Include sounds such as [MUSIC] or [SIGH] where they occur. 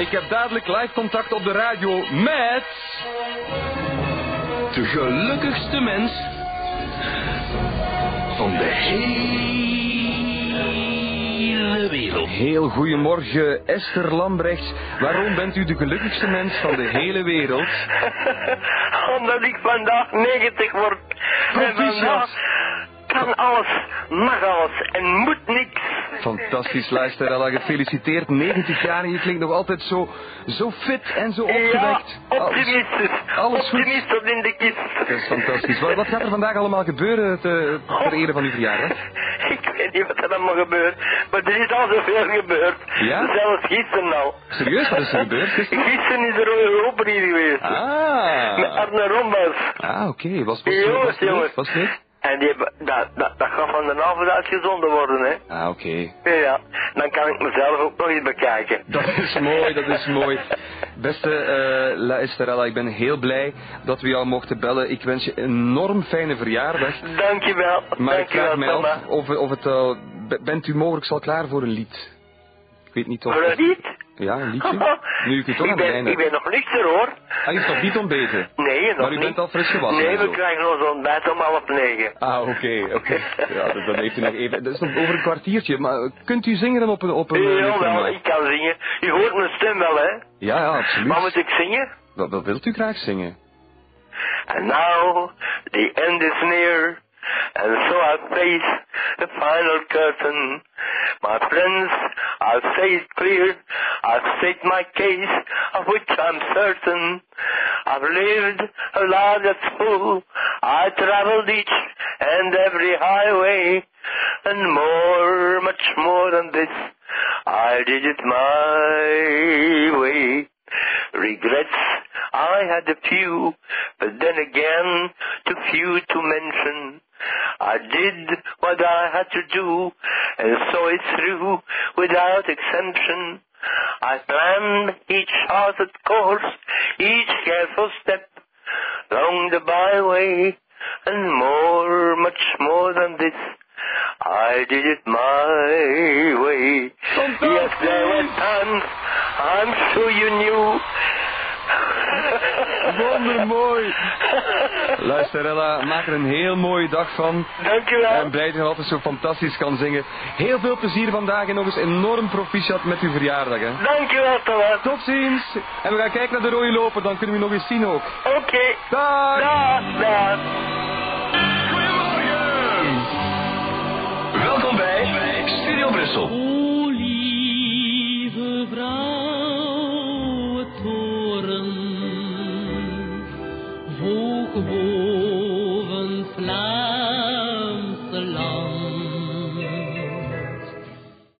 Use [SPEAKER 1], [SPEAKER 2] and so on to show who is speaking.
[SPEAKER 1] Ik heb dadelijk live contact op de radio met... De gelukkigste mens van de hele wereld. Heel goedemorgen, Esther Lambrechts. Waarom bent u de gelukkigste mens van de hele wereld?
[SPEAKER 2] [LAUGHS] Omdat ik vandaag 90 word. En
[SPEAKER 1] Proficiat.
[SPEAKER 2] vandaag kan alles, mag alles en moet niks.
[SPEAKER 1] Fantastisch, luisteraar. Gefeliciteerd, 90 jaar en je klinkt nog altijd zo, zo fit en zo opgewekt.
[SPEAKER 2] Ja,
[SPEAKER 1] Alles-
[SPEAKER 2] optimistisch.
[SPEAKER 1] alles goed.
[SPEAKER 2] optimist tot in de kist.
[SPEAKER 1] Dat is fantastisch. Wat, wat gaat er vandaag allemaal gebeuren te, ter ere van uw verjaardag?
[SPEAKER 2] [LAUGHS] Ik weet niet wat er allemaal gebeurt, maar er is al zoveel gebeurd.
[SPEAKER 1] Ja?
[SPEAKER 2] Zelfs gisteren al.
[SPEAKER 1] Serieus, wat is er gebeurd gisteren?
[SPEAKER 2] Gisteren is er een Europa hier geweest. Met
[SPEAKER 1] Ah,
[SPEAKER 2] Arne Rombers.
[SPEAKER 1] ah oké. Was, was, was,
[SPEAKER 2] Jongens,
[SPEAKER 1] was, het leuk?
[SPEAKER 2] jongens.
[SPEAKER 1] was het leuk?
[SPEAKER 2] En die hebben, dat, dat, dat gaat van de avond uitgezonden worden, hè.
[SPEAKER 1] Ah, oké.
[SPEAKER 2] Ja, dan kan ik mezelf ook nog eens bekijken.
[SPEAKER 1] Dat is mooi, dat is mooi. Beste eh luisteraar, ik ben heel blij dat we jou mochten bellen. Ik wens je een enorm fijne verjaardag.
[SPEAKER 2] Dankjewel,
[SPEAKER 1] Maar ik
[SPEAKER 2] dankjewel
[SPEAKER 1] vraag mij
[SPEAKER 2] mama.
[SPEAKER 1] af of, of het al... be- Bent u mogelijk al klaar voor een lied? Ik weet niet of...
[SPEAKER 2] Voor een lied?
[SPEAKER 1] Ja, een liedje. Nu [LAUGHS] ik u toch
[SPEAKER 2] ik
[SPEAKER 1] aan het
[SPEAKER 2] ben,
[SPEAKER 1] einde...
[SPEAKER 2] ik ben nog niks er hoor.
[SPEAKER 1] Ah, je is nog niet ontbeten?
[SPEAKER 2] Nee, nog
[SPEAKER 1] Maar u
[SPEAKER 2] niet.
[SPEAKER 1] bent al fris gewassen
[SPEAKER 2] Nee,
[SPEAKER 1] en
[SPEAKER 2] we
[SPEAKER 1] zo.
[SPEAKER 2] krijgen ons ontbijt om half negen.
[SPEAKER 1] Ah, oké, oké. Ja, dat- dan heeft u nog even... Dat is nog over een kwartiertje, maar eh, kunt u zingen dan op een... Op een eh, lied van
[SPEAKER 2] Jawel,
[SPEAKER 1] mij?
[SPEAKER 2] ik kan zingen. Je hoort mijn stem wel, hè?
[SPEAKER 1] Ja, ja, Ah, absoluut.
[SPEAKER 2] Wat moet ik zingen?
[SPEAKER 1] Wat, wat wilt u graag zingen?
[SPEAKER 2] And now, the end is near. And so I face the final curtain. My friends, I've said it clear. I've said my case, of which I'm certain. I've lived a life that's full. I traveled each and every highway. And more, much more than this. I did it my way. Regrets, I had a few, but then again, too few to mention. I did what I had to do, and saw it through without exemption. I planned each charted course, each careful step, along the byway, and more, much more than this. I did it my way. Yes, there were times I'm sure you knew.
[SPEAKER 1] Wondermooi! Luisterella, maak er een heel mooie dag van.
[SPEAKER 2] Dankjewel.
[SPEAKER 1] En blij dat je altijd zo fantastisch kan zingen. Heel veel plezier vandaag en nog eens enorm proficiat met uw verjaardag. Hè.
[SPEAKER 2] Dankjewel, Thomas.
[SPEAKER 1] Tot ziens! En we gaan kijken naar de rode loper, dan kunnen we nog eens zien ook.
[SPEAKER 2] Oké.
[SPEAKER 1] Dag!
[SPEAKER 2] Dag, dag.
[SPEAKER 1] Welkom bij Studio Brussel.
[SPEAKER 3] O lieve blauwe toren, hoog boven Vlaamse land,